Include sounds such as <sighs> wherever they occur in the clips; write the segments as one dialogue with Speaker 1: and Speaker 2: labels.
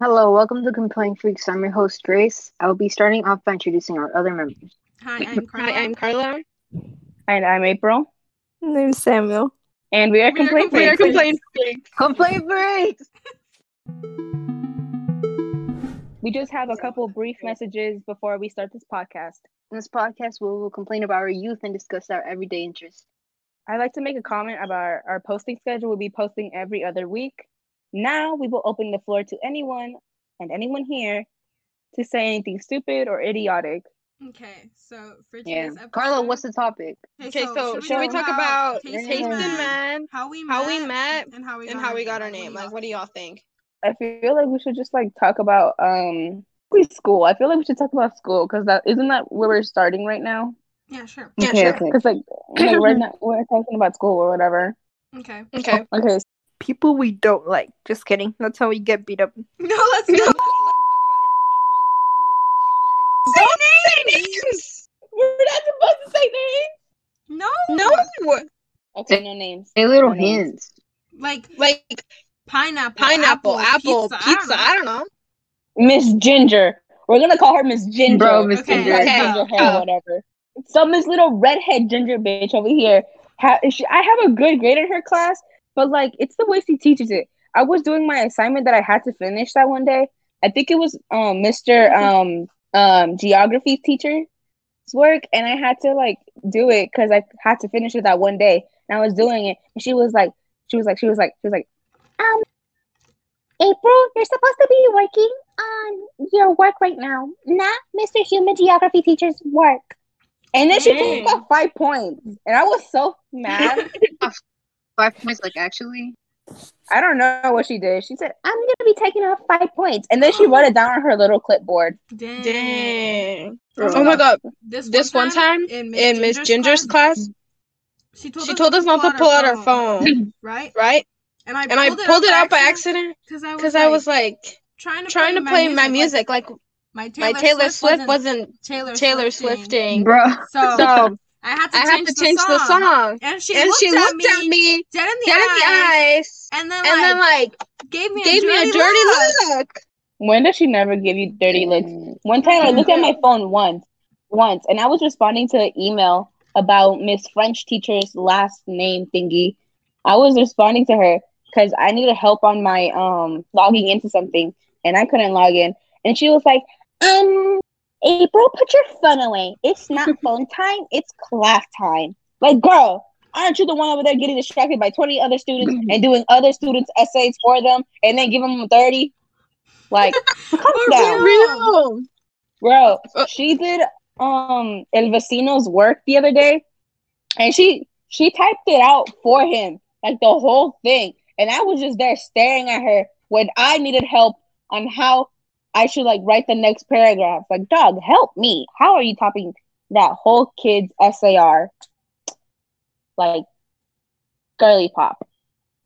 Speaker 1: Hello, welcome to Complaint Freaks. I'm your host, Grace. I will be starting off by introducing our other members.
Speaker 2: Hi, I'm Carla.
Speaker 3: Hi, I'm Carla.
Speaker 4: And I'm April.
Speaker 5: My name's Samuel.
Speaker 4: And we are Complaint
Speaker 3: We are
Speaker 4: Freaks.
Speaker 3: complaint freaks.
Speaker 1: Complaint Freaks!
Speaker 4: We just have a couple brief messages before we start this podcast.
Speaker 1: In this podcast, we will complain about our youth and discuss our everyday interests.
Speaker 4: I'd like to make a comment about our, our posting schedule. We'll be posting every other week. Now we will open the floor to anyone and anyone here to say anything stupid or idiotic.
Speaker 2: Okay, so for
Speaker 1: Yeah.
Speaker 2: today's episode,
Speaker 1: Carla, what's the topic?
Speaker 3: Okay, so should we talk about taste in men
Speaker 2: how we met,
Speaker 3: how we met,
Speaker 2: and how we
Speaker 3: and how we got our name? Like, what do y'all think?
Speaker 4: I feel like we should just like talk about um probably school. I feel like we should talk about school because that isn't that where we're starting right now.
Speaker 2: Yeah, sure.
Speaker 3: Yeah,
Speaker 1: okay,
Speaker 3: sure.
Speaker 1: okay.
Speaker 4: Because like, like, we're not we're talking about school or whatever.
Speaker 3: <laughs>
Speaker 2: Okay.
Speaker 3: Okay.
Speaker 4: <laughs> Okay,
Speaker 5: People we don't like. Just kidding. That's how we get beat up.
Speaker 2: No, let's go.
Speaker 4: we're not supposed to say names.
Speaker 2: No,
Speaker 3: No,
Speaker 4: Okay, no names.
Speaker 1: Say little
Speaker 4: What else?
Speaker 1: hints.
Speaker 2: like
Speaker 3: like
Speaker 2: pineapple,
Speaker 3: pineapple, apple, pizza. I don't know.
Speaker 4: Miss Ginger. We're gonna call her Miss Ginger.
Speaker 1: Bro, Miss
Speaker 2: Okay.
Speaker 1: Ginger.
Speaker 4: Miss
Speaker 3: Okay.
Speaker 4: Ginger hair,
Speaker 3: Oh.
Speaker 4: whatever. So Miss little redhead ginger bitch over here. Ha- she, I have a good grade in her class, but like it's the way she teaches it. I was doing my assignment that I had to finish that one day. I think it was um Mr. um um geography teacher's work, and I had to like do it because I had to finish it that one day. And I was doing it, and she was like, she was like, she was like, she was like, um, April, you're supposed to be working on your work right now, not Mr. Human Geography teacher's work. And then she
Speaker 3: Dang.
Speaker 4: took about five points, and I was so mad.
Speaker 1: Five points, like actually?
Speaker 4: I don't know what she did. She said, "I'm gonna be taking off five points," and then she wrote it down on her little clipboard.
Speaker 2: Dang.
Speaker 3: Dang.
Speaker 1: Bro.
Speaker 3: Oh my god.
Speaker 2: This,
Speaker 3: This one time
Speaker 2: in
Speaker 3: in Miss Ginger's class,
Speaker 2: she told,
Speaker 3: she told us not to pull out our phone,
Speaker 2: right?
Speaker 3: right?
Speaker 2: And I
Speaker 3: And I pulled it out by accident because
Speaker 2: because
Speaker 3: I was like
Speaker 2: trying to
Speaker 3: trying to play my music like
Speaker 2: like,
Speaker 3: my Taylor Swift wasn't Taylor Swifting.
Speaker 1: Bro.
Speaker 2: So,
Speaker 3: So
Speaker 2: I had to
Speaker 3: I
Speaker 2: change,
Speaker 3: had to change the song.
Speaker 2: And she
Speaker 3: and
Speaker 2: looked,
Speaker 3: she
Speaker 2: at,
Speaker 3: looked
Speaker 2: me,
Speaker 3: at me
Speaker 2: dead in the,
Speaker 3: dead in the
Speaker 2: eye,
Speaker 3: eyes
Speaker 2: and then, like,
Speaker 3: and then like
Speaker 2: gave me
Speaker 3: gave
Speaker 2: a
Speaker 3: me
Speaker 2: dirty,
Speaker 3: a dirty
Speaker 2: look.
Speaker 3: look.
Speaker 4: When does she never give you dirty looks? One time I looked at my phone once, once, and I was responding to an email about Miss French teacher's last name thingy. I was responding to her because I needed help on my um logging into something, and I couldn't log in. And she was like, "Um, April, put your phone away. It's not phone time. It's class time." Like, girl, aren't you the one over there getting distracted by twenty other students and doing other students' essays for them, and then giving them thirty? Like, calm
Speaker 2: For
Speaker 4: down.
Speaker 3: Real.
Speaker 4: Bro,
Speaker 3: Uh,
Speaker 4: she did um El Vecino's work the other day and she she typed it out for him, like the whole thing. And I was just there staring at her when I needed help on how I should like write the next paragraph. Like, dog, help me. How are you typing that whole kid's SAR? Like girly pop.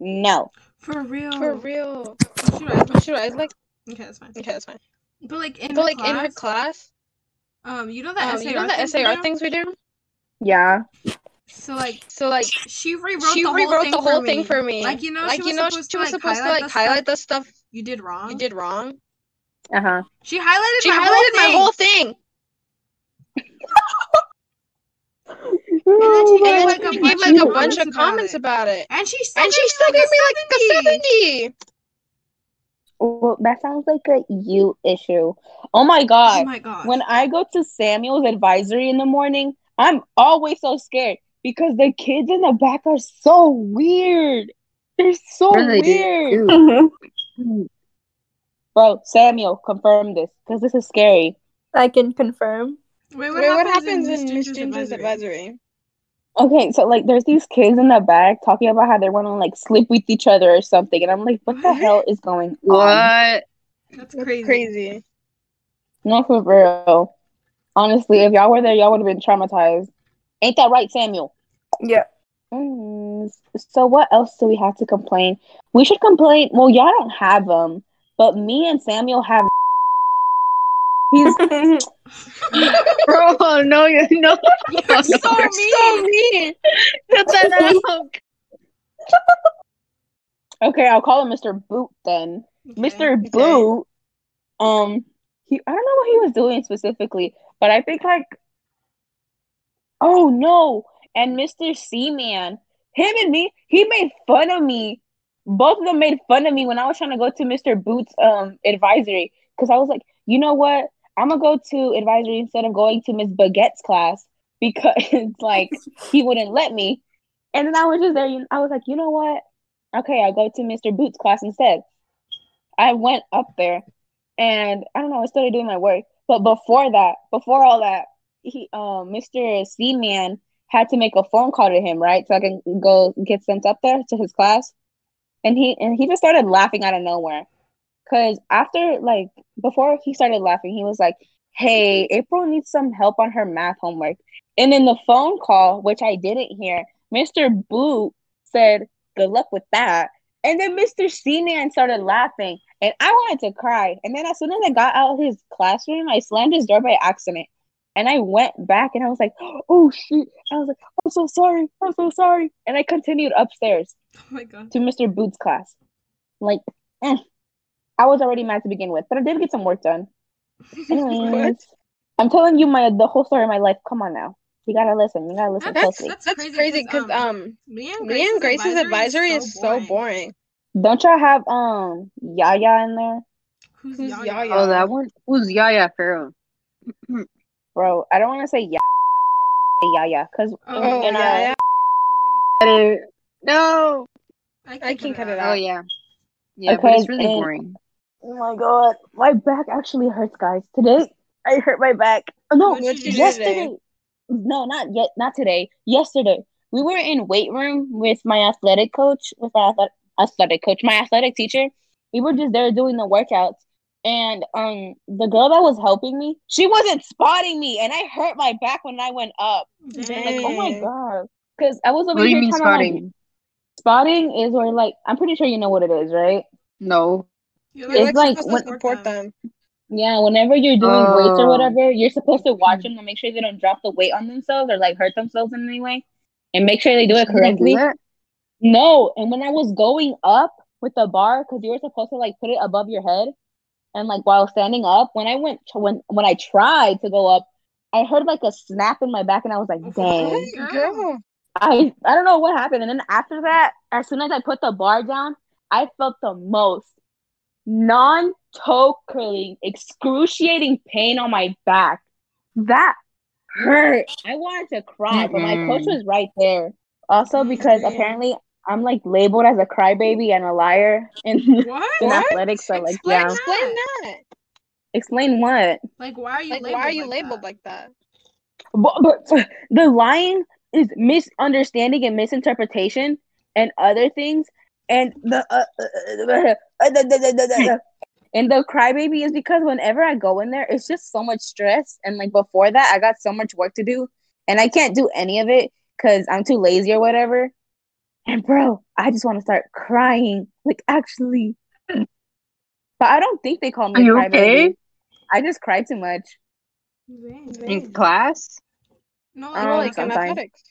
Speaker 4: No.
Speaker 2: For real.
Speaker 3: For real.
Speaker 2: Close your eyes.
Speaker 3: Should I like
Speaker 2: Okay, that's fine.
Speaker 3: okay, that's fine.
Speaker 2: But like in
Speaker 3: But
Speaker 2: her
Speaker 3: like
Speaker 2: class,
Speaker 3: in her class,
Speaker 2: um, you know the
Speaker 3: um,
Speaker 2: SAR,
Speaker 3: you know the
Speaker 2: thing we
Speaker 3: SAR
Speaker 2: do?
Speaker 3: things we do?
Speaker 4: Yeah.
Speaker 2: So like
Speaker 3: So like
Speaker 2: she rewrote
Speaker 3: she
Speaker 2: the whole,
Speaker 3: rewrote
Speaker 2: thing,
Speaker 3: the whole
Speaker 2: for
Speaker 3: thing
Speaker 2: me.
Speaker 3: for me.
Speaker 2: Like you know,
Speaker 3: Like
Speaker 2: she
Speaker 3: you
Speaker 2: was
Speaker 3: know,
Speaker 2: supposed
Speaker 3: she
Speaker 2: to
Speaker 3: was
Speaker 2: like
Speaker 3: supposed to
Speaker 2: highlight
Speaker 3: like
Speaker 2: the stuff
Speaker 3: highlight the stuff
Speaker 2: you did wrong.
Speaker 3: you did wrong.
Speaker 4: Uh-huh.
Speaker 2: She highlighted
Speaker 3: She
Speaker 2: my
Speaker 3: highlighted my
Speaker 2: whole
Speaker 3: whole thing.
Speaker 2: then she gave,
Speaker 3: And then
Speaker 2: like, a
Speaker 3: she
Speaker 2: bunch
Speaker 3: gave
Speaker 2: of
Speaker 3: like a bunch
Speaker 2: comments
Speaker 3: of
Speaker 2: about
Speaker 3: comments
Speaker 2: it.
Speaker 3: about it.
Speaker 2: and she still
Speaker 3: And she
Speaker 2: gave
Speaker 3: still
Speaker 2: me
Speaker 3: gave
Speaker 2: like
Speaker 3: me
Speaker 2: a
Speaker 3: like a
Speaker 2: 70.
Speaker 3: seventy.
Speaker 4: Well, that sounds like a you issue. Oh my god.
Speaker 2: Oh my god.
Speaker 4: when I go to Samuel's advisory in the morning, I'm always so scared because the kids in the back are so weird. They're so
Speaker 1: Really, dude.
Speaker 4: Oh, weird.
Speaker 3: Oh.
Speaker 1: Dude.
Speaker 4: Bro, Samuel, confirm this because this is scary.
Speaker 5: I can confirm.
Speaker 2: Wait,
Speaker 3: Wait, what happens in Miss Ginger's advisory?
Speaker 4: Okay, so like there's these kids in the back talking about how they want to like sleep with each other or something, and I'm like, what the hell is going on?
Speaker 1: What?
Speaker 2: That's
Speaker 3: That's
Speaker 2: crazy. <laughs>
Speaker 3: crazy. <laughs>
Speaker 4: No, for real. Honestly, if y'all were there, y'all would have been traumatized. Ain't that right, Samuel?
Speaker 3: <laughs>
Speaker 5: Yeah.
Speaker 4: Mm, so what else do we have to complain? We should complain. Well, y'all don't have them, but me and Samuel have. He's <laughs>
Speaker 1: Bro, <laughs> oh, no, you no.
Speaker 2: You're so
Speaker 1: You're
Speaker 2: mean.
Speaker 3: mean.
Speaker 1: That's enough.
Speaker 4: okay. I'll call him Mr. Boot then.
Speaker 2: Okay. Oh
Speaker 4: Mr.
Speaker 3: okay.
Speaker 4: Boot Um, he I don't know what he was doing specifically, but I think like, oh no, and Mr. Seaman, him and me, he made fun of me. Both of them made fun of me when I was trying to go to Mr. Boots' um advisory because I was like, you know what, I'm gonna go to advisory instead of going to Miss Baguette's class <laughs> because like he wouldn't let me. And then I was just there. you- I was like, you know what? Okay, I'll go to Mr. Boots' class instead. I went up there and I don't know, I started doing my work. But before that, before all that, he um Mr. Seaman had to make a phone call to him, right? So I can go get sent up there to his class. And he and he just started laughing out of nowhere. Cause after like before he started laughing, he was like, Hey, April needs some help on her math homework. And in the phone call, which I didn't hear, Mr. Boot said, Good luck with that. And then Mr. Seaman started laughing, and I wanted to cry. And then as soon as I got out of his classroom, I slammed his door by accident. And I went back and I was like, <gasps> oh shoot. I was like, I'm so sorry. I'm so sorry. And I continued upstairs
Speaker 2: Oh my
Speaker 4: <laughs>
Speaker 2: god.
Speaker 4: to Mr. Boot's class. Like, eh. I was already mad to begin with, but I did get some work done. Anyways, I'm telling you my the whole story of my life. Come on now. You gotta listen. You gotta listen
Speaker 2: That's,
Speaker 4: closely.
Speaker 2: that's,
Speaker 3: <laughs> That's crazy because um,
Speaker 2: me
Speaker 3: me and Grace's advisory is so boring.
Speaker 4: Don't y'all have um Yaya in there?
Speaker 2: Who's,
Speaker 3: Who's
Speaker 2: Yaya?
Speaker 3: Yaya?
Speaker 1: Oh, that one. Who's Yaya Pharaoh?
Speaker 4: Bro, I don't want to say Yaya. That's why I want to say Yaya. Because
Speaker 2: Oh,
Speaker 4: and, uh,
Speaker 3: Yaya.
Speaker 1: No.
Speaker 3: I can cut it
Speaker 1: Oh
Speaker 3: out.
Speaker 1: yeah. Yeah, but it's
Speaker 4: Okay,
Speaker 1: really
Speaker 4: and-
Speaker 1: boring.
Speaker 4: Oh my god, my back actually hurts, guys. Today I hurt my back. Oh, No,
Speaker 2: What'd you do today?
Speaker 4: yesterday. No, not yet. Not today. Yesterday, we were in weight room with my athletic coach, with my athletic, athletic coach, my athletic teacher. We were just there doing the workouts, and um, the girl that was helping me, she wasn't spotting me, and I hurt my back when I went up.
Speaker 2: Dang.
Speaker 4: Like, oh my
Speaker 3: Dang.
Speaker 4: god, because I was over
Speaker 1: What do you
Speaker 4: here
Speaker 1: mean
Speaker 4: kinda like-
Speaker 1: spotting?
Speaker 4: spotting is where like I'm pretty sure you know what it is, right?
Speaker 1: No.
Speaker 2: You're
Speaker 4: It's
Speaker 3: You're like,
Speaker 4: like
Speaker 3: supposed
Speaker 4: when-
Speaker 3: to support them.
Speaker 4: Yeah, whenever you're doing weights or
Speaker 1: Oh.
Speaker 4: whatever, you're supposed to watch them to make sure they don't drop the weight on themselves or like hurt themselves in any way, and make sure they do it
Speaker 1: You didn't do
Speaker 4: correctly.
Speaker 1: that?
Speaker 4: No, and when I was going up with the bar, because you were supposed to like put it above your head, and like while standing up, when I went to, when when I tried to go up, I heard like a snap in my back, and I was like,
Speaker 2: Oh,
Speaker 4: dang.
Speaker 2: really?
Speaker 3: Girl.
Speaker 2: Girl.
Speaker 4: I I don't know what happened. And then after that, as soon as I put the bar down, I felt the most non-toe curling, excruciating pain on my back. That hurt. I wanted to cry, but my
Speaker 1: Mm-mm.
Speaker 4: coach was right there. Also, because
Speaker 2: Mm-mm.
Speaker 4: apparently I'm like labeled as a crybaby and a liar in, <laughs>
Speaker 2: What?
Speaker 4: in
Speaker 3: What?
Speaker 4: athletics. So like,
Speaker 3: Explain,
Speaker 4: yeah.
Speaker 3: explain that.
Speaker 4: Explain what?
Speaker 2: Like, why are you
Speaker 3: Like,
Speaker 2: labeled
Speaker 3: why are you
Speaker 2: like
Speaker 3: labeled
Speaker 2: that?
Speaker 3: like that?
Speaker 4: But, but the lying is misunderstanding and misinterpretation and other things. And the uh, uh, uh, uh, uh, and the crybaby is because whenever I go in there, it's just so much stress. And like before that, I got so much work to do, and I can't do any of it because I'm too lazy or whatever. And bro, I just want to start crying, like actually. But I don't think they call me
Speaker 1: Are
Speaker 4: a
Speaker 1: you
Speaker 4: crybaby.
Speaker 1: okay?
Speaker 4: I just cry too much.
Speaker 2: Dang.
Speaker 1: In class?
Speaker 2: No,
Speaker 4: I
Speaker 2: like,
Speaker 4: don't
Speaker 3: You're
Speaker 4: Oh,
Speaker 2: like,
Speaker 3: like in <gasps>
Speaker 4: sometimes.
Speaker 3: athletics.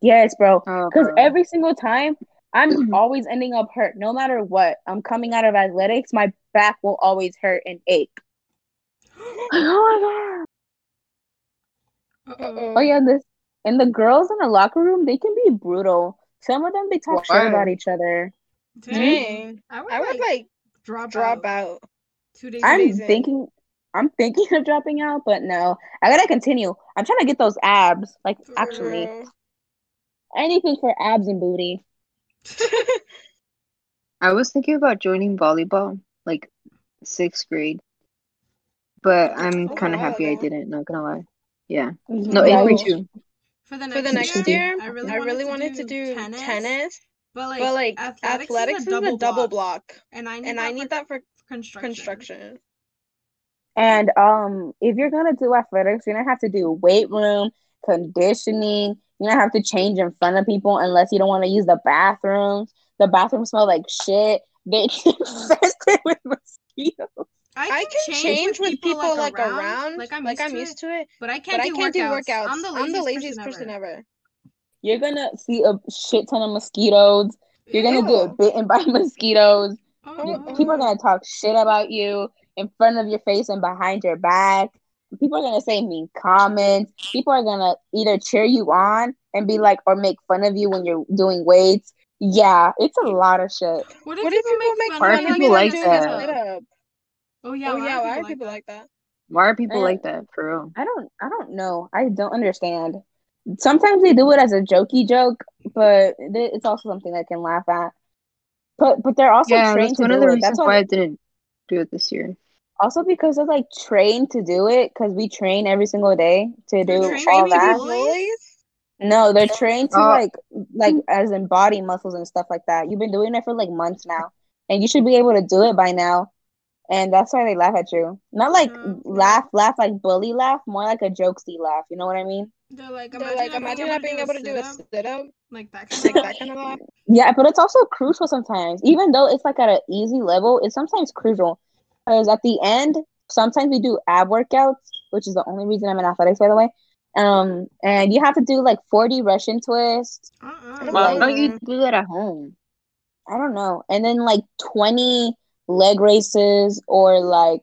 Speaker 4: Yes, bro.
Speaker 1: Oh,
Speaker 4: Because
Speaker 1: bro.
Speaker 4: every single time, I'm always ending up hurt. No matter what, I'm coming out of athletics, my back will always hurt and ache. oh
Speaker 2: Uh-oh.
Speaker 4: Oh yeah, this and the girls in the locker room, they can be brutal. Some of them they talk shit
Speaker 1: Why?
Speaker 4: about each other.
Speaker 2: Dang.
Speaker 3: Dang.
Speaker 2: I would,
Speaker 3: I would
Speaker 2: like,
Speaker 3: like oh,
Speaker 2: drop,
Speaker 3: drop
Speaker 2: out
Speaker 3: out.
Speaker 2: two days
Speaker 4: I'm
Speaker 2: later.
Speaker 3: Amazing.
Speaker 4: thinking I'm thinking <laughs> of dropping out, but no. I gotta continue. I'm trying to get those abs. Like
Speaker 2: For
Speaker 3: <laughs>
Speaker 4: actually.
Speaker 3: Girl.
Speaker 4: Anything for abs and booty.
Speaker 1: I was thinking about joining volleyball, like sixth grade. But I'm
Speaker 3: Oh,
Speaker 1: kind of
Speaker 3: wow,
Speaker 1: happy I
Speaker 3: though.
Speaker 1: didn't, not gonna lie. Yeah.
Speaker 4: No,
Speaker 1: No, eighth
Speaker 4: Yeah, you
Speaker 1: grade
Speaker 3: should.
Speaker 1: too.
Speaker 2: For the next,
Speaker 3: For the
Speaker 1: Next
Speaker 3: next
Speaker 1: year,
Speaker 3: year,
Speaker 2: I really,
Speaker 3: I really wanted to do
Speaker 2: tennis,
Speaker 3: tennis,
Speaker 2: But, like,
Speaker 3: but like
Speaker 2: athletics,
Speaker 3: athletics is a double block,
Speaker 2: And I need
Speaker 3: and
Speaker 2: that
Speaker 3: I
Speaker 2: for
Speaker 3: need that for
Speaker 2: construction.
Speaker 3: construction.
Speaker 4: And um, if you're gonna do athletics, you're gonna have to do weight room, conditioning. You're gonna have to change in front of people unless you don't want to use the bathrooms. The bathroom smell like shit. They <laughs> infested with mosquitoes.
Speaker 3: I can change with people, like around, like I'm, used, to
Speaker 2: it,
Speaker 3: it,
Speaker 2: but I can't
Speaker 3: but I
Speaker 2: do
Speaker 3: can't do
Speaker 2: workouts.
Speaker 3: workouts.
Speaker 2: I'm the laziest,
Speaker 3: person,
Speaker 2: ever.
Speaker 3: ever.
Speaker 4: You're gonna see a shit ton of mosquitoes. You're gonna
Speaker 3: Ew.
Speaker 4: get bitten by <laughs> mosquitoes.
Speaker 2: Oh,
Speaker 3: Oh,
Speaker 4: You-
Speaker 2: no.
Speaker 4: People are gonna talk shit about you. in front of your face and behind your back. People are gonna say mean comments. People are gonna either cheer you on and be like, or make fun of you when you're doing weights. Yeah, it's a lot of shit.
Speaker 2: What if
Speaker 3: What if
Speaker 2: people
Speaker 3: people
Speaker 2: make
Speaker 3: make
Speaker 1: Why
Speaker 2: fun
Speaker 1: are
Speaker 2: of
Speaker 1: people
Speaker 2: you
Speaker 1: like
Speaker 2: when
Speaker 1: that?
Speaker 2: you're doing it? Oh yeah,
Speaker 3: Oh yeah, why are
Speaker 2: people
Speaker 3: people
Speaker 2: like
Speaker 3: like that?
Speaker 1: Why are people
Speaker 4: Yeah.
Speaker 1: like that for real?
Speaker 4: I don't I don't know. I don't understand. Sometimes they do it as a jokey joke, but th- it's also something I can laugh at. But but they're also
Speaker 1: yeah,
Speaker 4: trained
Speaker 1: that's
Speaker 4: to
Speaker 1: one
Speaker 4: do
Speaker 1: of the
Speaker 4: it.
Speaker 1: reasons
Speaker 4: That's why,
Speaker 1: why I didn't do it this year.
Speaker 4: also because they're like trained to do it because we train every single day
Speaker 2: They're
Speaker 4: to do
Speaker 2: trained
Speaker 4: all
Speaker 2: to be
Speaker 4: that.
Speaker 2: bullies?
Speaker 4: No, they're trained to
Speaker 1: Oh.
Speaker 4: like like as in body muscles and stuff like that. You've been doing it for like months now, and you should be able to do it by now. And that's why they laugh at you. Not like
Speaker 2: Mhm.
Speaker 4: laugh, laugh like bully laugh, more like a jokesy laugh. You know what I mean?
Speaker 2: They're like,
Speaker 3: They're like, imagine not being able to do a
Speaker 2: sit-up,"
Speaker 3: sit up,
Speaker 2: like that kind
Speaker 3: like
Speaker 2: of
Speaker 3: that kind of laugh.
Speaker 4: Yeah, but it's also crucial sometimes. Even though it's like at an easy level, it's sometimes crucial. Because at the end, sometimes we do ab workouts, which is the only reason I'm in athletics, by the way. Um, and you have to do like 40 Russian twists.
Speaker 2: Uh-uh.
Speaker 1: Why
Speaker 4: Well,
Speaker 1: don't you do that at home?
Speaker 4: I don't know. And then like 20 leg races or like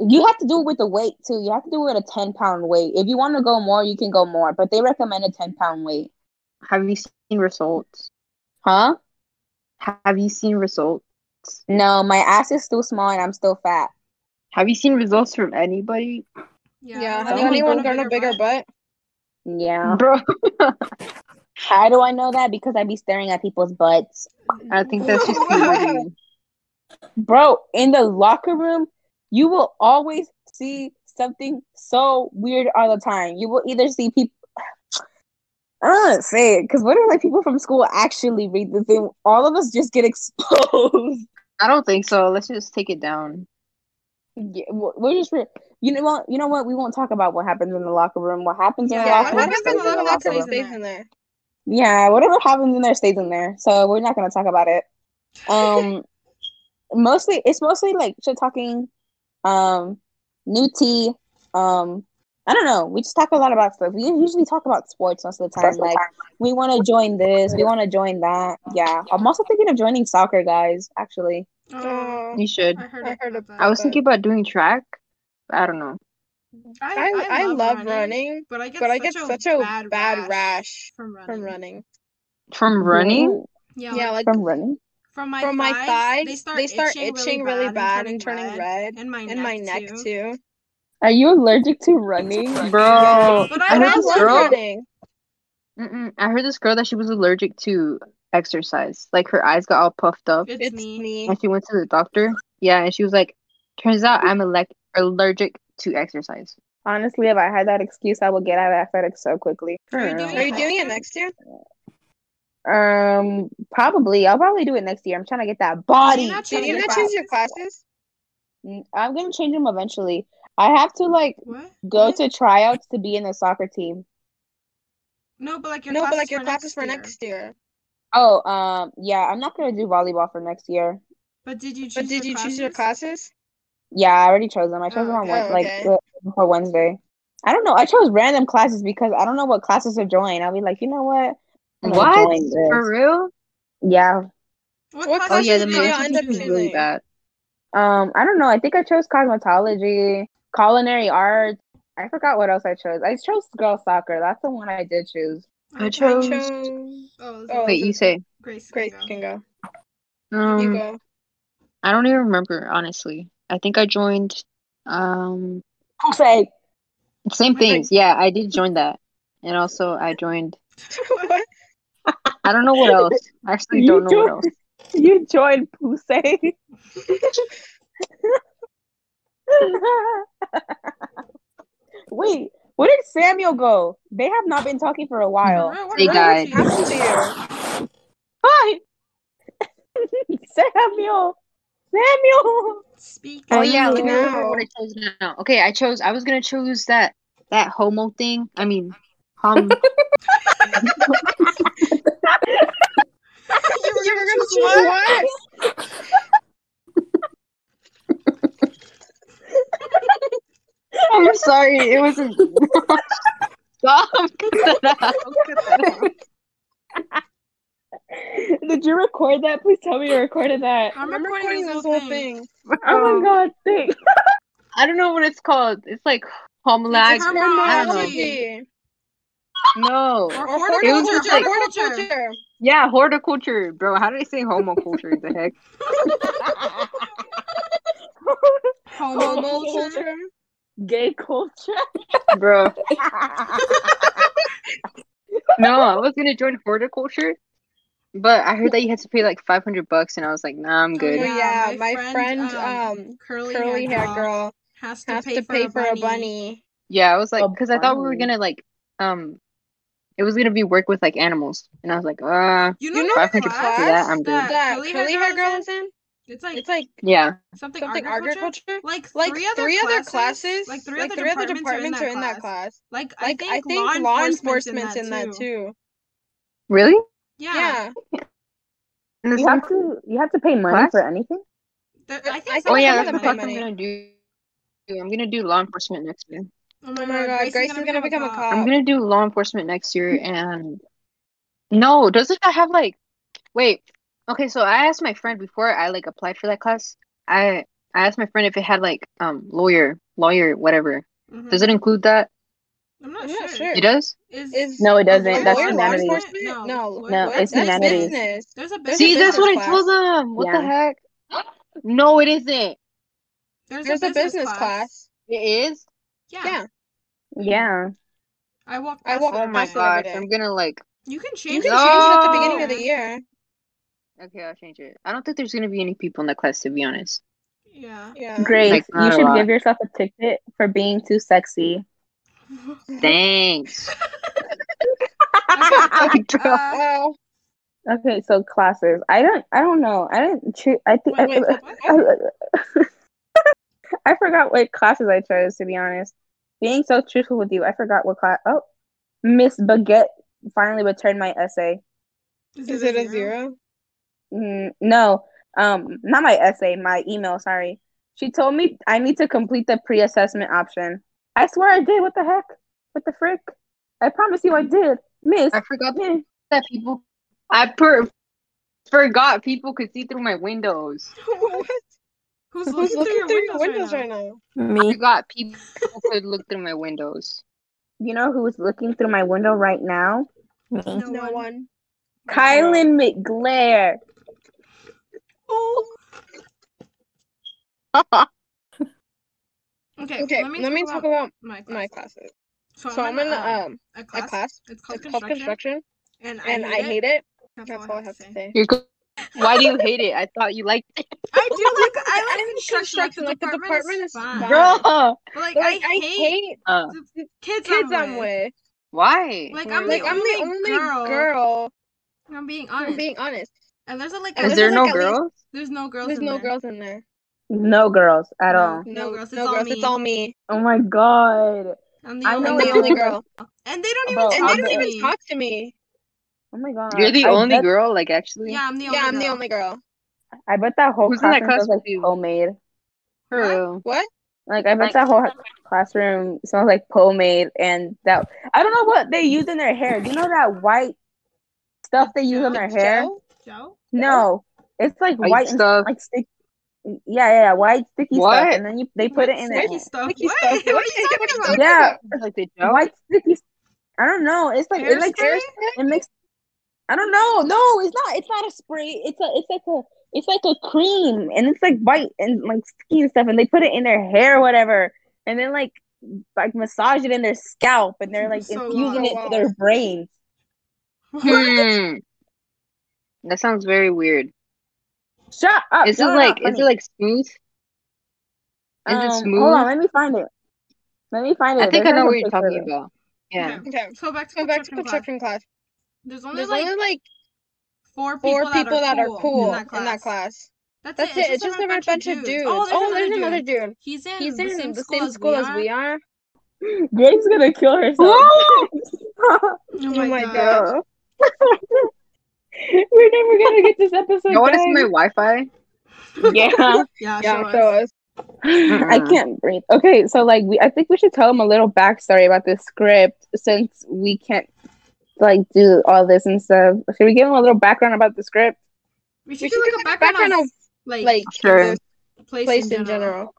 Speaker 4: you have to do it with the weight too. You have to do it with a 10 pound weight. If you want to go more, you can go more, but they recommend a 10 pound weight.
Speaker 1: Have you seen results?
Speaker 4: Huh?
Speaker 1: Have you seen results?
Speaker 4: No, my ass is still small and I'm still fat.
Speaker 1: Have you seen results from anybody?
Speaker 2: yeah,
Speaker 3: Yeah, has
Speaker 2: everyone's
Speaker 3: anyone
Speaker 2: got
Speaker 3: grown a bigger butt?
Speaker 4: Yeah.
Speaker 1: Bro, <laughs>
Speaker 4: How do I know that? Because I be staring at people's butts.
Speaker 1: I think that's just
Speaker 3: <laughs>
Speaker 1: you.
Speaker 4: Bro, in the locker room, you will always see something so weird all the time. You will either see people. <sighs> I don't want to say it because what if like people from school actually read the thing? All of us just get <laughs> exposed.
Speaker 1: I don't think so. Let's just take it down.
Speaker 4: Yeah, we're we're just re- you know what you know what we won't talk about what happens in the locker room. What happens in the
Speaker 3: Yeah,
Speaker 2: Yeah,
Speaker 3: what
Speaker 4: locker room
Speaker 3: happens
Speaker 2: happens in the locker
Speaker 3: in the locker
Speaker 4: stays
Speaker 3: room
Speaker 2: room?
Speaker 3: stays in there.
Speaker 4: Yeah, whatever happens in there stays in there. So we're not gonna talk about it. <laughs> Um, mostly it's mostly like shit talking, um, new tea. Um, I don't know. We just talk a lot about stuff. We usually talk about sports most of the time. Like we want to join this, we want to join that. Yeah, I'm also thinking of joining soccer, guys. Actually,
Speaker 2: Oh,
Speaker 3: Oh,
Speaker 1: You should.
Speaker 2: I heard,
Speaker 3: I heard
Speaker 2: about
Speaker 3: about
Speaker 2: that.
Speaker 1: I was
Speaker 3: but-
Speaker 1: thinking about doing track. but I don't know.
Speaker 2: I,
Speaker 3: I, I, love running,
Speaker 2: but I get,
Speaker 3: but I
Speaker 2: such,
Speaker 3: get
Speaker 2: a
Speaker 3: such a bad, rash,
Speaker 2: from running.
Speaker 3: from running.
Speaker 1: From running?
Speaker 2: Yeah,
Speaker 3: Yeah,
Speaker 2: like,
Speaker 3: like
Speaker 4: from running.
Speaker 2: from my
Speaker 3: from my
Speaker 2: thighs,
Speaker 3: thighs,
Speaker 2: they start,
Speaker 3: itching, really bad and turning red,
Speaker 2: and my
Speaker 3: and my neck too.
Speaker 4: Are you allergic to running?
Speaker 1: Bro,
Speaker 3: Yeah.
Speaker 2: But I
Speaker 1: I heard
Speaker 3: And I
Speaker 2: love
Speaker 1: this
Speaker 3: love
Speaker 1: girl.
Speaker 3: running.
Speaker 1: Mm-mm. I heard this girl that she was allergic to exercise. Like her eyes got all puffed up,
Speaker 2: It's,
Speaker 3: It's
Speaker 2: me.
Speaker 3: me.
Speaker 1: and she went to the doctor. Yeah, and she was like, "Turns out I'm elec- allergic to exercise."
Speaker 4: Honestly, if I had that excuse, I would get out of athletics so quickly.
Speaker 2: Are you doing
Speaker 3: Are you doing it next year?
Speaker 4: Um, probably. I'll probably do it next year. I'm trying to get that body.
Speaker 2: You're not
Speaker 3: Did
Speaker 2: Change
Speaker 3: you
Speaker 2: your
Speaker 3: not change your classes?
Speaker 4: Mm, I'm gonna change them eventually. I have to like
Speaker 2: What?
Speaker 4: go to tryouts to be in the soccer team.
Speaker 2: No, but like your
Speaker 3: No,
Speaker 2: classes
Speaker 3: but like your
Speaker 2: for
Speaker 3: classes for
Speaker 2: year.
Speaker 3: next year.
Speaker 4: Oh, um, yeah, I'm not gonna do volleyball for next year.
Speaker 2: But did you choose?
Speaker 3: But did you choose your
Speaker 2: classes?
Speaker 3: classes?
Speaker 4: Yeah, I already chose them. I chose them on
Speaker 3: okay.
Speaker 4: Wed- like
Speaker 3: Okay.
Speaker 4: the- for Wednesday. I don't know. I chose random classes because I don't know what classes to join. I'll be like, you know what? I'm gonna
Speaker 1: What?
Speaker 4: join this.
Speaker 1: For real?
Speaker 4: Yeah.
Speaker 3: What
Speaker 1: Oh
Speaker 3: classes
Speaker 1: yeah, the
Speaker 3: did you
Speaker 1: military
Speaker 3: end up
Speaker 1: is
Speaker 3: choosing?
Speaker 1: really bad.
Speaker 4: Um, I don't know. I think I chose cosmetology, culinary arts. I forgot what else I chose. I chose girl soccer. That's the one I did choose.
Speaker 1: I
Speaker 3: I
Speaker 1: chose-
Speaker 3: chose.
Speaker 2: Oh,
Speaker 3: Oh,
Speaker 1: Wait, you
Speaker 3: it's-
Speaker 1: say?
Speaker 2: Grace.
Speaker 3: Great,
Speaker 2: Kingo.
Speaker 3: can go. You
Speaker 1: Um,
Speaker 3: go.
Speaker 1: I don't even remember honestly. I think I joined. Um,
Speaker 4: Say,
Speaker 1: same
Speaker 2: Wait, wait.
Speaker 1: things. Yeah, I did join that, and also I joined.
Speaker 3: What?
Speaker 1: I don't know what else. I actually
Speaker 4: You
Speaker 1: don't know what
Speaker 4: joined-
Speaker 1: else.
Speaker 4: you joined Pusey. Wait, where did Samuel go? They have not been talking for a
Speaker 2: For
Speaker 4: <laughs> while.
Speaker 2: real, what
Speaker 1: They
Speaker 2: round
Speaker 1: died.
Speaker 2: did you
Speaker 3: Happened
Speaker 2: choose?
Speaker 3: to you?
Speaker 4: Hi, Samuel. Samuel.
Speaker 2: Speak.
Speaker 1: Oh yeah,
Speaker 3: Mm,
Speaker 1: let me remember
Speaker 3: now.
Speaker 1: what I chose now. Okay, I chose. I was gonna choose that that homo thing. I mean, hum.
Speaker 2: you were
Speaker 3: You were gonna choose
Speaker 2: what?
Speaker 3: what?
Speaker 1: I'm sorry, it wasn't. <laughs> Stop. Cut that out. Cut that out.
Speaker 4: Did you record that? Um, Please tell me you recorded that.
Speaker 2: I'm
Speaker 3: I'm
Speaker 2: recording,
Speaker 3: recording this whole thing.
Speaker 4: Oh my god, thanks.
Speaker 1: I don't know what it's called. It's like homolog.
Speaker 2: It's a
Speaker 3: Hormology.
Speaker 1: No.
Speaker 2: Or
Speaker 1: It
Speaker 2: horticulture,
Speaker 1: was just like-
Speaker 2: horticulture.
Speaker 1: Yeah, horticulture, bro. How do they say homoculture? the heck?
Speaker 2: Homologation.
Speaker 4: Gay culture. <laughs>
Speaker 1: bro. no, I was gonna join horticulture, but I heard that you had to pay like five hundred bucks, and I was like, nah, I'm
Speaker 3: Oh,
Speaker 1: good.
Speaker 3: yeah, my friend, um,
Speaker 2: curly,
Speaker 3: Curly hair girl
Speaker 2: has to
Speaker 3: has
Speaker 2: pay,
Speaker 3: to
Speaker 2: for,
Speaker 3: pay
Speaker 2: a
Speaker 3: for a bunny.
Speaker 1: Yeah, I was like,
Speaker 4: A
Speaker 1: because I thought we were
Speaker 4: bunny.
Speaker 1: gonna like, um, it was gonna be work with like animals, and I was like, uh,
Speaker 2: You know,
Speaker 3: You know
Speaker 2: the
Speaker 1: what I could
Speaker 2: class
Speaker 1: do that? I'm
Speaker 2: that
Speaker 3: That
Speaker 2: curly,
Speaker 3: curly hair girl is in.
Speaker 2: It's like
Speaker 3: It's like
Speaker 1: yeah,
Speaker 2: something,
Speaker 3: something
Speaker 2: agriculture.
Speaker 3: agriculture.
Speaker 2: Like,
Speaker 3: Like
Speaker 2: three other classes.
Speaker 3: classes.
Speaker 2: Like three other departments are in that class.
Speaker 3: class.
Speaker 2: Like, I
Speaker 3: Like
Speaker 2: think,
Speaker 3: I think
Speaker 2: law, enforcement's
Speaker 3: in that too.
Speaker 1: really?
Speaker 2: Yeah.
Speaker 3: Yeah.
Speaker 1: And it's
Speaker 4: You have to you have to pay money
Speaker 1: Class?
Speaker 4: for anything.
Speaker 2: Th-
Speaker 3: I
Speaker 2: I
Speaker 3: think
Speaker 2: think
Speaker 1: Oh
Speaker 3: some
Speaker 1: yeah,
Speaker 3: of
Speaker 1: that's what
Speaker 3: them pay
Speaker 1: the fuck
Speaker 3: money.
Speaker 1: I'm gonna do. I'm gonna do law enforcement next year.
Speaker 2: Oh
Speaker 3: Oh my God, Grayson's gonna become a cop.
Speaker 1: I'm gonna do law enforcement next year, and no, doesn't that have like, wait, okay, so I asked my friend before I like applied for that class. I I asked my friend if it had like um lawyer, lawyer, whatever.
Speaker 2: Mhm.
Speaker 1: Does it include that?
Speaker 2: I'm not
Speaker 3: I'm not
Speaker 2: sure.
Speaker 3: sure.
Speaker 1: It does.
Speaker 2: Is,
Speaker 3: Is
Speaker 4: No, it
Speaker 2: is
Speaker 4: doesn't.
Speaker 2: lawyer
Speaker 4: That's
Speaker 2: law
Speaker 4: humanities.
Speaker 2: enforcement?
Speaker 3: No.
Speaker 2: lawyer-
Speaker 4: No,
Speaker 2: what?
Speaker 3: That's
Speaker 4: it's humanities.
Speaker 3: business.
Speaker 2: There's a
Speaker 3: There's
Speaker 2: business.
Speaker 1: See, that's what I
Speaker 3: class.
Speaker 1: told them. What the
Speaker 4: Yeah.
Speaker 1: heck? <gasps> No, it isn't.
Speaker 3: There's a business class.
Speaker 1: It is.
Speaker 2: Yeah.
Speaker 3: Yeah.
Speaker 4: Yeah.
Speaker 2: I walk.
Speaker 3: I
Speaker 2: past
Speaker 3: walk
Speaker 2: it
Speaker 1: Oh
Speaker 2: every
Speaker 1: my
Speaker 3: past
Speaker 2: day.
Speaker 3: it every
Speaker 1: gosh,
Speaker 3: day.
Speaker 1: I'm gonna like.
Speaker 2: You can
Speaker 3: You
Speaker 2: change
Speaker 3: can
Speaker 2: it.
Speaker 3: change it at the
Speaker 1: No.
Speaker 3: beginning of the year.
Speaker 1: Okay, I'll change it. I don't think there's gonna be any people in that class, to be honest.
Speaker 2: Yeah.
Speaker 3: Yeah.
Speaker 4: Grace,
Speaker 1: Like, uh, not
Speaker 4: you
Speaker 1: a
Speaker 4: should
Speaker 1: lot.
Speaker 4: give yourself a ticket for being too <laughs> sexy.
Speaker 1: Thanks. <laughs>
Speaker 2: Okay,
Speaker 1: Bro.
Speaker 2: uh,
Speaker 3: Oh,
Speaker 4: Okay, so classes. I don't. I don't know. I didn't choose. I think.
Speaker 3: wait, wait,
Speaker 4: I,
Speaker 3: what?
Speaker 4: <laughs> I forgot what classes I chose. To be honest, being so truthful with you, I forgot what class. Oh, Miss Baguette finally returned my essay.
Speaker 3: Is it a zero?
Speaker 4: Mm, no, um, not my essay. My email. Sorry. She told me I need to complete the pre-assessment option. I swear I did. What the heck? What the frick? I promise you, I did, Miss.
Speaker 1: I forgot
Speaker 4: eh.
Speaker 1: that people. I per forgot people could see through my windows.
Speaker 3: What?
Speaker 2: Who's
Speaker 3: Who's
Speaker 2: looking,
Speaker 3: looking through your windows
Speaker 2: right
Speaker 3: right
Speaker 2: now?
Speaker 3: now?
Speaker 1: I
Speaker 5: Me.
Speaker 1: forgot people could look through my windows.
Speaker 4: You know who is looking through my window right now?
Speaker 5: Me.
Speaker 2: No, one.
Speaker 4: Kylan McGlare.
Speaker 2: Oh. okay,
Speaker 3: Okay,
Speaker 2: Let me
Speaker 3: let me talk
Speaker 2: about
Speaker 3: about
Speaker 2: my class.
Speaker 3: my classes.
Speaker 2: So,
Speaker 3: So I'm in um
Speaker 2: a class.
Speaker 3: a class.
Speaker 2: It's called
Speaker 3: It's called
Speaker 2: construction,
Speaker 3: construction,
Speaker 2: and I
Speaker 3: and
Speaker 2: hate
Speaker 3: I
Speaker 2: it.
Speaker 3: hate it.
Speaker 2: That's,
Speaker 3: That's all I have to say.
Speaker 1: You're go- Why do you hate it? I thought you liked it,
Speaker 2: I do like
Speaker 3: I
Speaker 2: I like
Speaker 3: think
Speaker 2: construction. Like the,
Speaker 3: construction, like, the
Speaker 2: department is
Speaker 3: department is
Speaker 2: fine.
Speaker 3: fine.
Speaker 1: bro.
Speaker 2: But like,
Speaker 3: But,
Speaker 2: I, hate,
Speaker 1: <laughs> Uh,
Speaker 2: the kids,
Speaker 3: kids
Speaker 2: I'm,
Speaker 3: I'm
Speaker 2: with.
Speaker 3: with.
Speaker 1: why?
Speaker 2: Like I'm
Speaker 3: Like
Speaker 2: the
Speaker 3: I'm the
Speaker 2: only,
Speaker 3: only
Speaker 2: girl.
Speaker 3: girl.
Speaker 2: if I'm being
Speaker 3: if I'm
Speaker 2: honest.
Speaker 3: being honest.
Speaker 2: and there's a, like
Speaker 3: And
Speaker 1: Is there
Speaker 2: there's,
Speaker 3: like
Speaker 1: no
Speaker 3: at least-
Speaker 1: girls?
Speaker 2: there's no girls.
Speaker 3: There's
Speaker 2: in
Speaker 3: no
Speaker 2: there.
Speaker 3: girls in there.
Speaker 4: No girls at
Speaker 2: No.
Speaker 4: all.
Speaker 3: No
Speaker 2: girls, it's
Speaker 3: girls. No
Speaker 2: all
Speaker 3: girls.
Speaker 2: me.
Speaker 3: It's all me.
Speaker 4: Oh my god.
Speaker 2: I'm the
Speaker 4: I
Speaker 2: only,
Speaker 4: know
Speaker 3: I'm
Speaker 4: what
Speaker 3: the
Speaker 4: you
Speaker 3: only
Speaker 4: mean.
Speaker 3: girl.
Speaker 2: and they don't even.
Speaker 4: Bro,
Speaker 2: talk
Speaker 3: And
Speaker 4: I'll
Speaker 3: they
Speaker 2: to
Speaker 3: don't
Speaker 2: me.
Speaker 3: even talk to me.
Speaker 4: Oh my god.
Speaker 1: You're the
Speaker 4: I
Speaker 1: only
Speaker 4: bet,
Speaker 1: girl, like actually.
Speaker 2: Yeah, I'm the only.
Speaker 3: Yeah, I'm the
Speaker 2: girl.
Speaker 3: only girl.
Speaker 4: I bet that whole
Speaker 1: Who's in that
Speaker 4: classroom smells
Speaker 1: class
Speaker 4: like
Speaker 1: with you?
Speaker 4: pomade.
Speaker 1: True.
Speaker 3: What?
Speaker 4: Like I bet
Speaker 5: Like-
Speaker 4: that whole classroom smells like pomade and that I don't know what they use in their hair. Do you know that white stuff they use on their hair?
Speaker 3: Gel?
Speaker 2: Joe.
Speaker 4: No. It's like
Speaker 1: White
Speaker 4: white, and
Speaker 1: stuff.
Speaker 4: like stick yeah, yeah, yeah, white sticky
Speaker 1: What?
Speaker 4: stuff and then you they put it in
Speaker 2: Sticky
Speaker 4: their
Speaker 2: stuff.
Speaker 3: Sticky
Speaker 2: what?
Speaker 3: stuff.
Speaker 2: What are you
Speaker 3: What are you
Speaker 2: talking about?
Speaker 3: talking
Speaker 4: Yeah. <laughs>
Speaker 1: Like the
Speaker 4: White sticky. s- I don't know. It's like it like
Speaker 2: Hairspray?
Speaker 4: it makes. I don't know. No, it's not. It's not a spray. It's a. It's like a. It's like a cream, and it's like white and like sticky and stuff, and they put it in their hair or whatever, and then like like massage it in their scalp, and they're like
Speaker 2: So
Speaker 4: infusing it
Speaker 3: long.
Speaker 4: to their brain.
Speaker 1: Hmm. That sounds very weird.
Speaker 4: Shut up.
Speaker 1: Is it
Speaker 4: y'all are
Speaker 1: like is
Speaker 4: not funny.
Speaker 1: it like smooth? Is it
Speaker 4: Um,
Speaker 1: smooth?
Speaker 4: Hold on, let me find it. Let me find it.
Speaker 1: I think I
Speaker 4: There's,
Speaker 1: know
Speaker 4: like, a
Speaker 1: what you're
Speaker 4: picture of
Speaker 1: talking
Speaker 4: it.
Speaker 1: about.
Speaker 4: <laughs>
Speaker 2: <laughs>
Speaker 1: Yeah.
Speaker 2: Okay,
Speaker 3: Okay.
Speaker 2: So back to
Speaker 3: So back to
Speaker 2: construction class.
Speaker 3: construction class.
Speaker 2: There's only
Speaker 3: There's
Speaker 2: like
Speaker 3: only like
Speaker 2: four people,
Speaker 3: four people that are cool
Speaker 2: in that class.
Speaker 3: in that class.
Speaker 2: That's,
Speaker 3: That's it. It's just a
Speaker 2: another
Speaker 3: red bunch of dudes. Oh, there's another dude.
Speaker 2: He's in,
Speaker 3: He's
Speaker 2: the same
Speaker 3: in the
Speaker 2: school,
Speaker 3: same
Speaker 2: as,
Speaker 3: school
Speaker 2: we
Speaker 3: as we are.
Speaker 4: <laughs> Grace is gonna kill herself.
Speaker 2: Oh
Speaker 3: Oh my
Speaker 2: god.
Speaker 3: god.
Speaker 4: <laughs> We're never gonna get this episode.
Speaker 1: You want to see my
Speaker 4: <laughs> done.
Speaker 1: Wi-Fi?
Speaker 4: <laughs> Yeah.
Speaker 2: Yeah,
Speaker 3: Yeah,
Speaker 2: sure.
Speaker 3: show us.
Speaker 4: I
Speaker 1: Mm-mm.
Speaker 4: can't breathe. Okay, so like we, I think we should tell them a little backstory about this script since we can't like do all this and stuff. Should we give them a little background about the script?
Speaker 2: we should
Speaker 3: We
Speaker 2: do
Speaker 3: should
Speaker 2: like a
Speaker 3: get
Speaker 2: background,
Speaker 3: background
Speaker 2: on
Speaker 3: of
Speaker 2: like,
Speaker 3: like
Speaker 1: Sure.
Speaker 3: the
Speaker 2: place,
Speaker 3: place
Speaker 2: in general.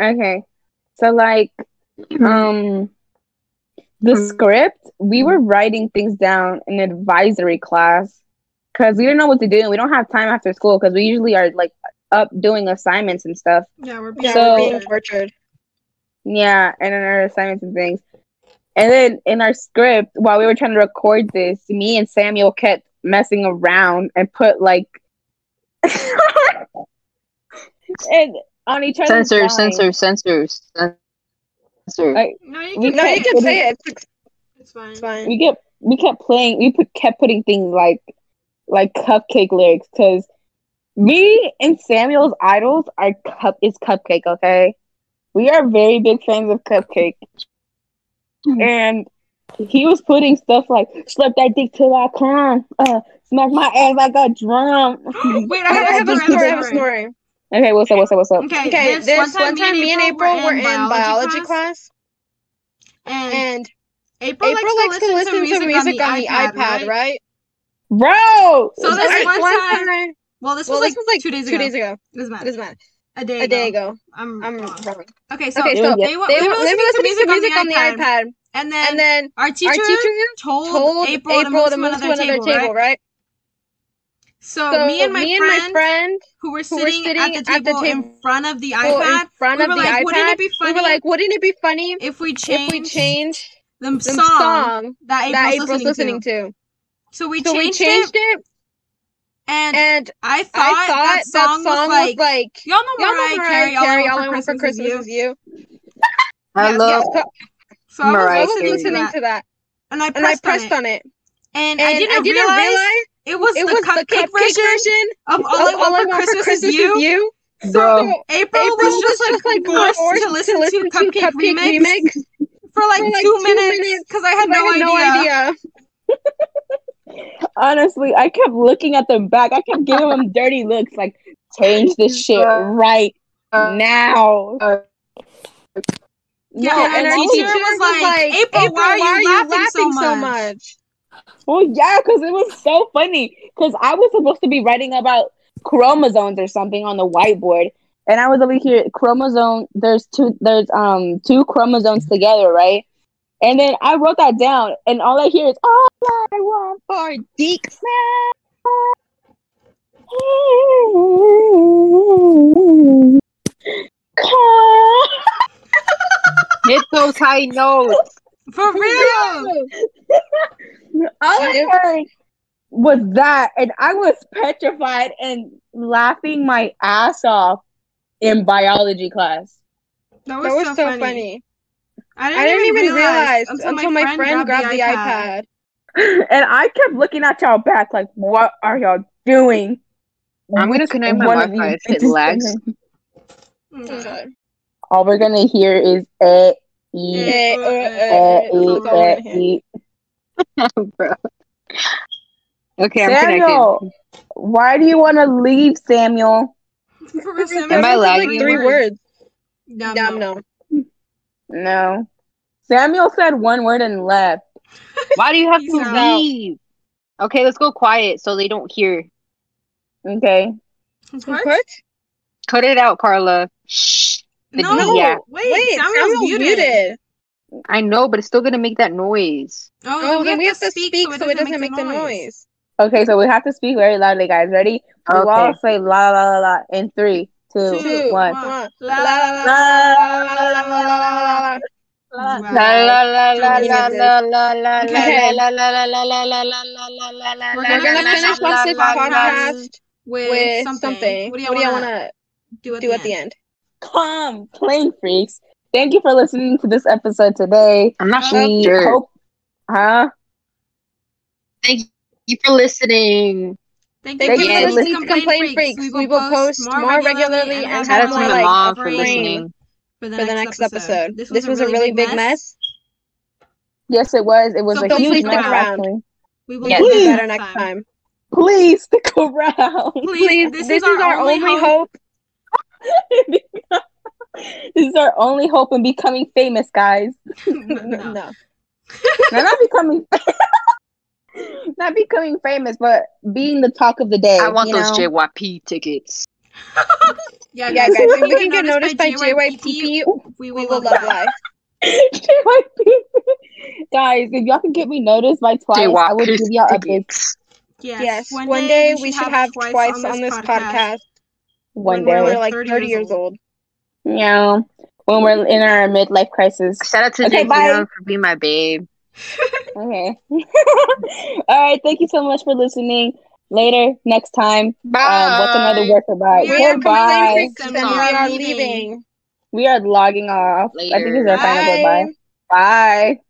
Speaker 4: Okay, So like um the
Speaker 1: Mm.
Speaker 4: script we were writing things down in advisory class because we didn't know what to do and we don't have time after school because we usually are like up doing assignments and stuff
Speaker 2: Yeah, we're being
Speaker 3: Yeah,
Speaker 4: So-
Speaker 3: we're being tortured.
Speaker 4: yeah and in our assignments and things and then in our script while we were trying to record this me and samuel kept messing around and put like <laughs> and on each other's
Speaker 1: Censor,
Speaker 4: lines.
Speaker 1: censor, censor, censor.
Speaker 4: I-
Speaker 2: No, you
Speaker 4: We
Speaker 2: can.
Speaker 3: No,
Speaker 4: can't-
Speaker 3: you can say it. It's,
Speaker 2: It's fine.
Speaker 3: it's fine.
Speaker 4: we kept we kept playing we put, kept putting things like like cupcake lyrics because me and samuel's idols are cup is cupcake okay we are very big fans of cupcake
Speaker 2: Hmm.
Speaker 4: and he was putting stuff like slap that dick till i come uh smack my ass like a drum
Speaker 2: Wait, I
Speaker 3: I have,
Speaker 2: have,
Speaker 3: I have a
Speaker 2: another
Speaker 3: story. I have a
Speaker 2: story.
Speaker 3: story.
Speaker 4: okay what's up what's up what's up
Speaker 2: Okay,
Speaker 3: Okay,
Speaker 2: this, one time,
Speaker 3: me and April were in biology class,
Speaker 2: and
Speaker 3: and
Speaker 2: April,
Speaker 3: April likes to listen to music on the iPad, right?
Speaker 4: bro
Speaker 2: So this
Speaker 3: Right,
Speaker 2: one time- Well, this
Speaker 3: Well,
Speaker 2: was
Speaker 3: this
Speaker 2: like
Speaker 3: was like
Speaker 2: two days
Speaker 3: two
Speaker 2: ago.
Speaker 3: days ago.
Speaker 2: Doesn't
Speaker 3: It
Speaker 2: matter.
Speaker 3: doesn't matter.
Speaker 2: A day
Speaker 3: A day
Speaker 2: ago.
Speaker 3: ago.
Speaker 2: I'm,
Speaker 3: I'm
Speaker 2: wrong.
Speaker 3: wrong.
Speaker 2: Okay, so
Speaker 3: Okay,
Speaker 4: Here
Speaker 3: so
Speaker 4: we go.
Speaker 2: they, were,
Speaker 3: they
Speaker 2: they were listening to music, on, the iPad,
Speaker 3: iPad,
Speaker 2: And then,
Speaker 3: and then
Speaker 2: our teacher,
Speaker 3: our teacher
Speaker 2: told,
Speaker 3: told
Speaker 2: April, to move to another table, right?
Speaker 3: right?
Speaker 2: So,
Speaker 3: So
Speaker 2: me and my friend
Speaker 3: friend
Speaker 2: who were
Speaker 3: who were
Speaker 2: sitting, at, the
Speaker 3: sitting at the
Speaker 2: table in
Speaker 3: table
Speaker 2: front of the
Speaker 3: were in
Speaker 2: iPad,
Speaker 3: front
Speaker 2: we
Speaker 3: of
Speaker 2: were
Speaker 3: the
Speaker 2: like, wouldn't it
Speaker 3: iPad,
Speaker 2: be
Speaker 3: we
Speaker 2: funny
Speaker 3: were like, wouldn't it be funny
Speaker 2: if we
Speaker 3: if we
Speaker 2: change
Speaker 3: changed
Speaker 2: the
Speaker 3: the
Speaker 2: song,
Speaker 3: song
Speaker 2: that April's,
Speaker 3: that April's
Speaker 2: listening,
Speaker 3: listening
Speaker 2: to?
Speaker 3: to?
Speaker 2: So we
Speaker 3: So we
Speaker 2: changed,
Speaker 3: changed
Speaker 2: it,
Speaker 3: it,
Speaker 2: and,
Speaker 3: and
Speaker 2: I thought,
Speaker 3: I
Speaker 2: that,
Speaker 3: thought
Speaker 2: song was like, y'all know
Speaker 3: Y'all know
Speaker 2: Mariah, Carey, all, I
Speaker 3: I
Speaker 2: want
Speaker 3: want for Christmas
Speaker 2: Is You.
Speaker 3: is you.
Speaker 2: Yes,
Speaker 1: Hello.
Speaker 3: yes, co-
Speaker 2: So I was
Speaker 1: Mariah
Speaker 3: I
Speaker 1: Right,
Speaker 3: was
Speaker 1: Carey.
Speaker 2: listening to
Speaker 3: listening
Speaker 2: that,
Speaker 3: to that,
Speaker 2: and I
Speaker 3: and I
Speaker 2: pressed,
Speaker 3: pressed
Speaker 2: on it,
Speaker 3: on it,
Speaker 2: and,
Speaker 3: and
Speaker 2: I didn't, realize, it was
Speaker 3: it
Speaker 2: the
Speaker 3: was the
Speaker 2: cupcake,
Speaker 3: cupcake
Speaker 2: version
Speaker 3: version
Speaker 2: of All
Speaker 3: of
Speaker 2: I Want for Christmas, Is You. <laughs>
Speaker 1: Bro.
Speaker 3: So
Speaker 2: April,
Speaker 3: April
Speaker 2: was just like, forced, to listen to, Cupcake, Remix, for like,
Speaker 3: for, like,
Speaker 2: two,
Speaker 3: two
Speaker 2: minutes
Speaker 3: minutes,
Speaker 2: because I had, no, idea.
Speaker 4: honestly i kept looking at them back i kept giving them dirty looks like change this shit right now
Speaker 1: Uh,
Speaker 2: Yeah,
Speaker 4: No,
Speaker 2: and,
Speaker 4: and
Speaker 2: our
Speaker 4: I was-
Speaker 2: teacher was like, April, why are you, laughing, so much?
Speaker 4: Well, yeah, because it was so funny. Because I was supposed to be writing about chromosomes or something on the whiteboard, and I was over here chromosome. There's two. There's um two chromosomes together, right? And then I wrote that down, and all I hear is "All I want for Deke." <laughs>
Speaker 1: hit those high notes.
Speaker 2: <laughs> For real?
Speaker 4: All I heard was that, and I was petrified and laughing my ass off in biology class. <laughs>
Speaker 2: That was,
Speaker 3: That was
Speaker 2: so, funny.
Speaker 3: funny.
Speaker 2: I
Speaker 3: I didn't even realize until my friend grabbed the iPad.
Speaker 4: And I kept looking at y'all back, like, what are y'all doing?
Speaker 1: I'm gonna
Speaker 4: Which
Speaker 1: connect my
Speaker 4: one of
Speaker 1: Wi-Fi
Speaker 4: you
Speaker 1: if it
Speaker 4: bitches-
Speaker 1: lags.
Speaker 2: Mm.
Speaker 4: All we're gonna hear is eh, e,
Speaker 3: Eh, uh, uh,
Speaker 4: eh, eh,
Speaker 3: that's all
Speaker 4: e,
Speaker 3: I wanna
Speaker 4: eh,
Speaker 3: hear.
Speaker 4: e.
Speaker 1: Bro. Okay, I'm connected.
Speaker 4: Samuel, why do you want to leave, Samuel?
Speaker 2: For real, Sam,
Speaker 1: Am
Speaker 2: it
Speaker 1: I
Speaker 2: was
Speaker 1: lagging? Three
Speaker 3: Like three
Speaker 2: words.
Speaker 3: words.
Speaker 2: Dumb,
Speaker 3: Damn
Speaker 2: no.
Speaker 3: no.
Speaker 4: No. Samuel said one word and left.
Speaker 1: Why do you have
Speaker 2: Peace
Speaker 1: to
Speaker 2: out.
Speaker 1: leave? Okay, let's go quiet so they don't hear.
Speaker 4: Okay.
Speaker 2: What?
Speaker 3: What?
Speaker 1: Cut it out, Carla. Shh. The-
Speaker 2: No,
Speaker 1: yeah.
Speaker 2: wait,
Speaker 3: Wait,
Speaker 2: Samuel's
Speaker 3: Samuel's
Speaker 2: muted.
Speaker 3: muted.
Speaker 1: I know, but it's still gonna make that noise.
Speaker 2: Oh,
Speaker 3: Oh, then we have to speak so it doesn't make the
Speaker 2: noise.
Speaker 3: noise.
Speaker 4: Okay, so we have to speak very loudly, guys. Ready? We will all
Speaker 1: Okay.
Speaker 4: say la la la la in three, two,
Speaker 2: Two,
Speaker 4: one.
Speaker 2: one.
Speaker 3: La
Speaker 2: La,
Speaker 3: la
Speaker 4: La
Speaker 3: la la la la la la la.
Speaker 4: la la la.
Speaker 1: La la la la la
Speaker 3: Don't do
Speaker 1: la la la
Speaker 3: Okay.
Speaker 1: la la la la la la la la la la la.
Speaker 2: We're
Speaker 3: We're gonna
Speaker 2: La, la,
Speaker 3: finish
Speaker 2: la,
Speaker 3: off
Speaker 2: la,
Speaker 3: this
Speaker 2: la, la,
Speaker 3: podcast
Speaker 2: With,
Speaker 3: with
Speaker 2: something.
Speaker 3: something.
Speaker 2: What do
Speaker 3: y'all
Speaker 2: you want to
Speaker 3: wanna
Speaker 2: do at
Speaker 3: do
Speaker 2: the
Speaker 3: at the
Speaker 2: end?
Speaker 3: end?
Speaker 4: Come, plane freaks. Thank you for listening to this episode today.
Speaker 1: I'm not
Speaker 2: Uh,
Speaker 4: We
Speaker 1: sure.
Speaker 4: hope, huh?
Speaker 1: Thank you for listening.
Speaker 2: Thank,
Speaker 3: Thank
Speaker 2: you for listening to
Speaker 3: Complain
Speaker 2: Complain Freaks.
Speaker 3: Freaks.
Speaker 2: We will post more regularly and
Speaker 1: Shout
Speaker 2: have
Speaker 1: out to my
Speaker 2: more like
Speaker 1: mom for
Speaker 2: brain
Speaker 1: listening.
Speaker 2: for
Speaker 3: for the next episode. This was, a really big mess.
Speaker 4: Yes, it was. It was
Speaker 2: So
Speaker 4: a
Speaker 2: don't
Speaker 4: huge
Speaker 2: please
Speaker 4: mess.
Speaker 2: stick
Speaker 3: around.
Speaker 4: actually.
Speaker 2: We will
Speaker 1: Yes.
Speaker 3: We'll
Speaker 2: do
Speaker 3: do
Speaker 4: Please.
Speaker 3: better next time.
Speaker 4: Please stick around. <laughs>
Speaker 2: Please, this, is, our only hope.
Speaker 4: this is our only hope in becoming famous, guys.
Speaker 2: No.
Speaker 3: <laughs> No.
Speaker 4: Now, not becoming, <laughs> not becoming famous, but being the talk of the day.
Speaker 1: I want
Speaker 4: you
Speaker 1: those
Speaker 4: know?
Speaker 1: JYP tickets.
Speaker 2: Yeah,
Speaker 3: Yeah, guys, if we can <laughs> get noticed by JYPP,
Speaker 2: we
Speaker 3: we
Speaker 2: will
Speaker 3: will
Speaker 2: love
Speaker 3: love
Speaker 2: life.
Speaker 3: life.
Speaker 4: JYP. <laughs> Guys, if y'all can get me noticed by twice, I would give y'all updates
Speaker 2: Yes.
Speaker 3: Yes, one day we should have twice on this podcast when
Speaker 4: one day.
Speaker 3: we're like 30 years old.
Speaker 4: yeah, when we're in our midlife crisis.
Speaker 1: Shout out to
Speaker 4: Okay,
Speaker 1: okay,
Speaker 4: bye.
Speaker 1: for being my babe.
Speaker 4: Okay. <laughs> All right. Thank you so much for listening. Later, next time. Um, what's another word for bye?
Speaker 2: We are
Speaker 4: Goodbye.
Speaker 2: complaining
Speaker 3: Then
Speaker 2: Then
Speaker 3: we
Speaker 2: we
Speaker 3: are
Speaker 2: are
Speaker 3: leaving.
Speaker 4: We are logging off. I think this is our final goodbye. Bye.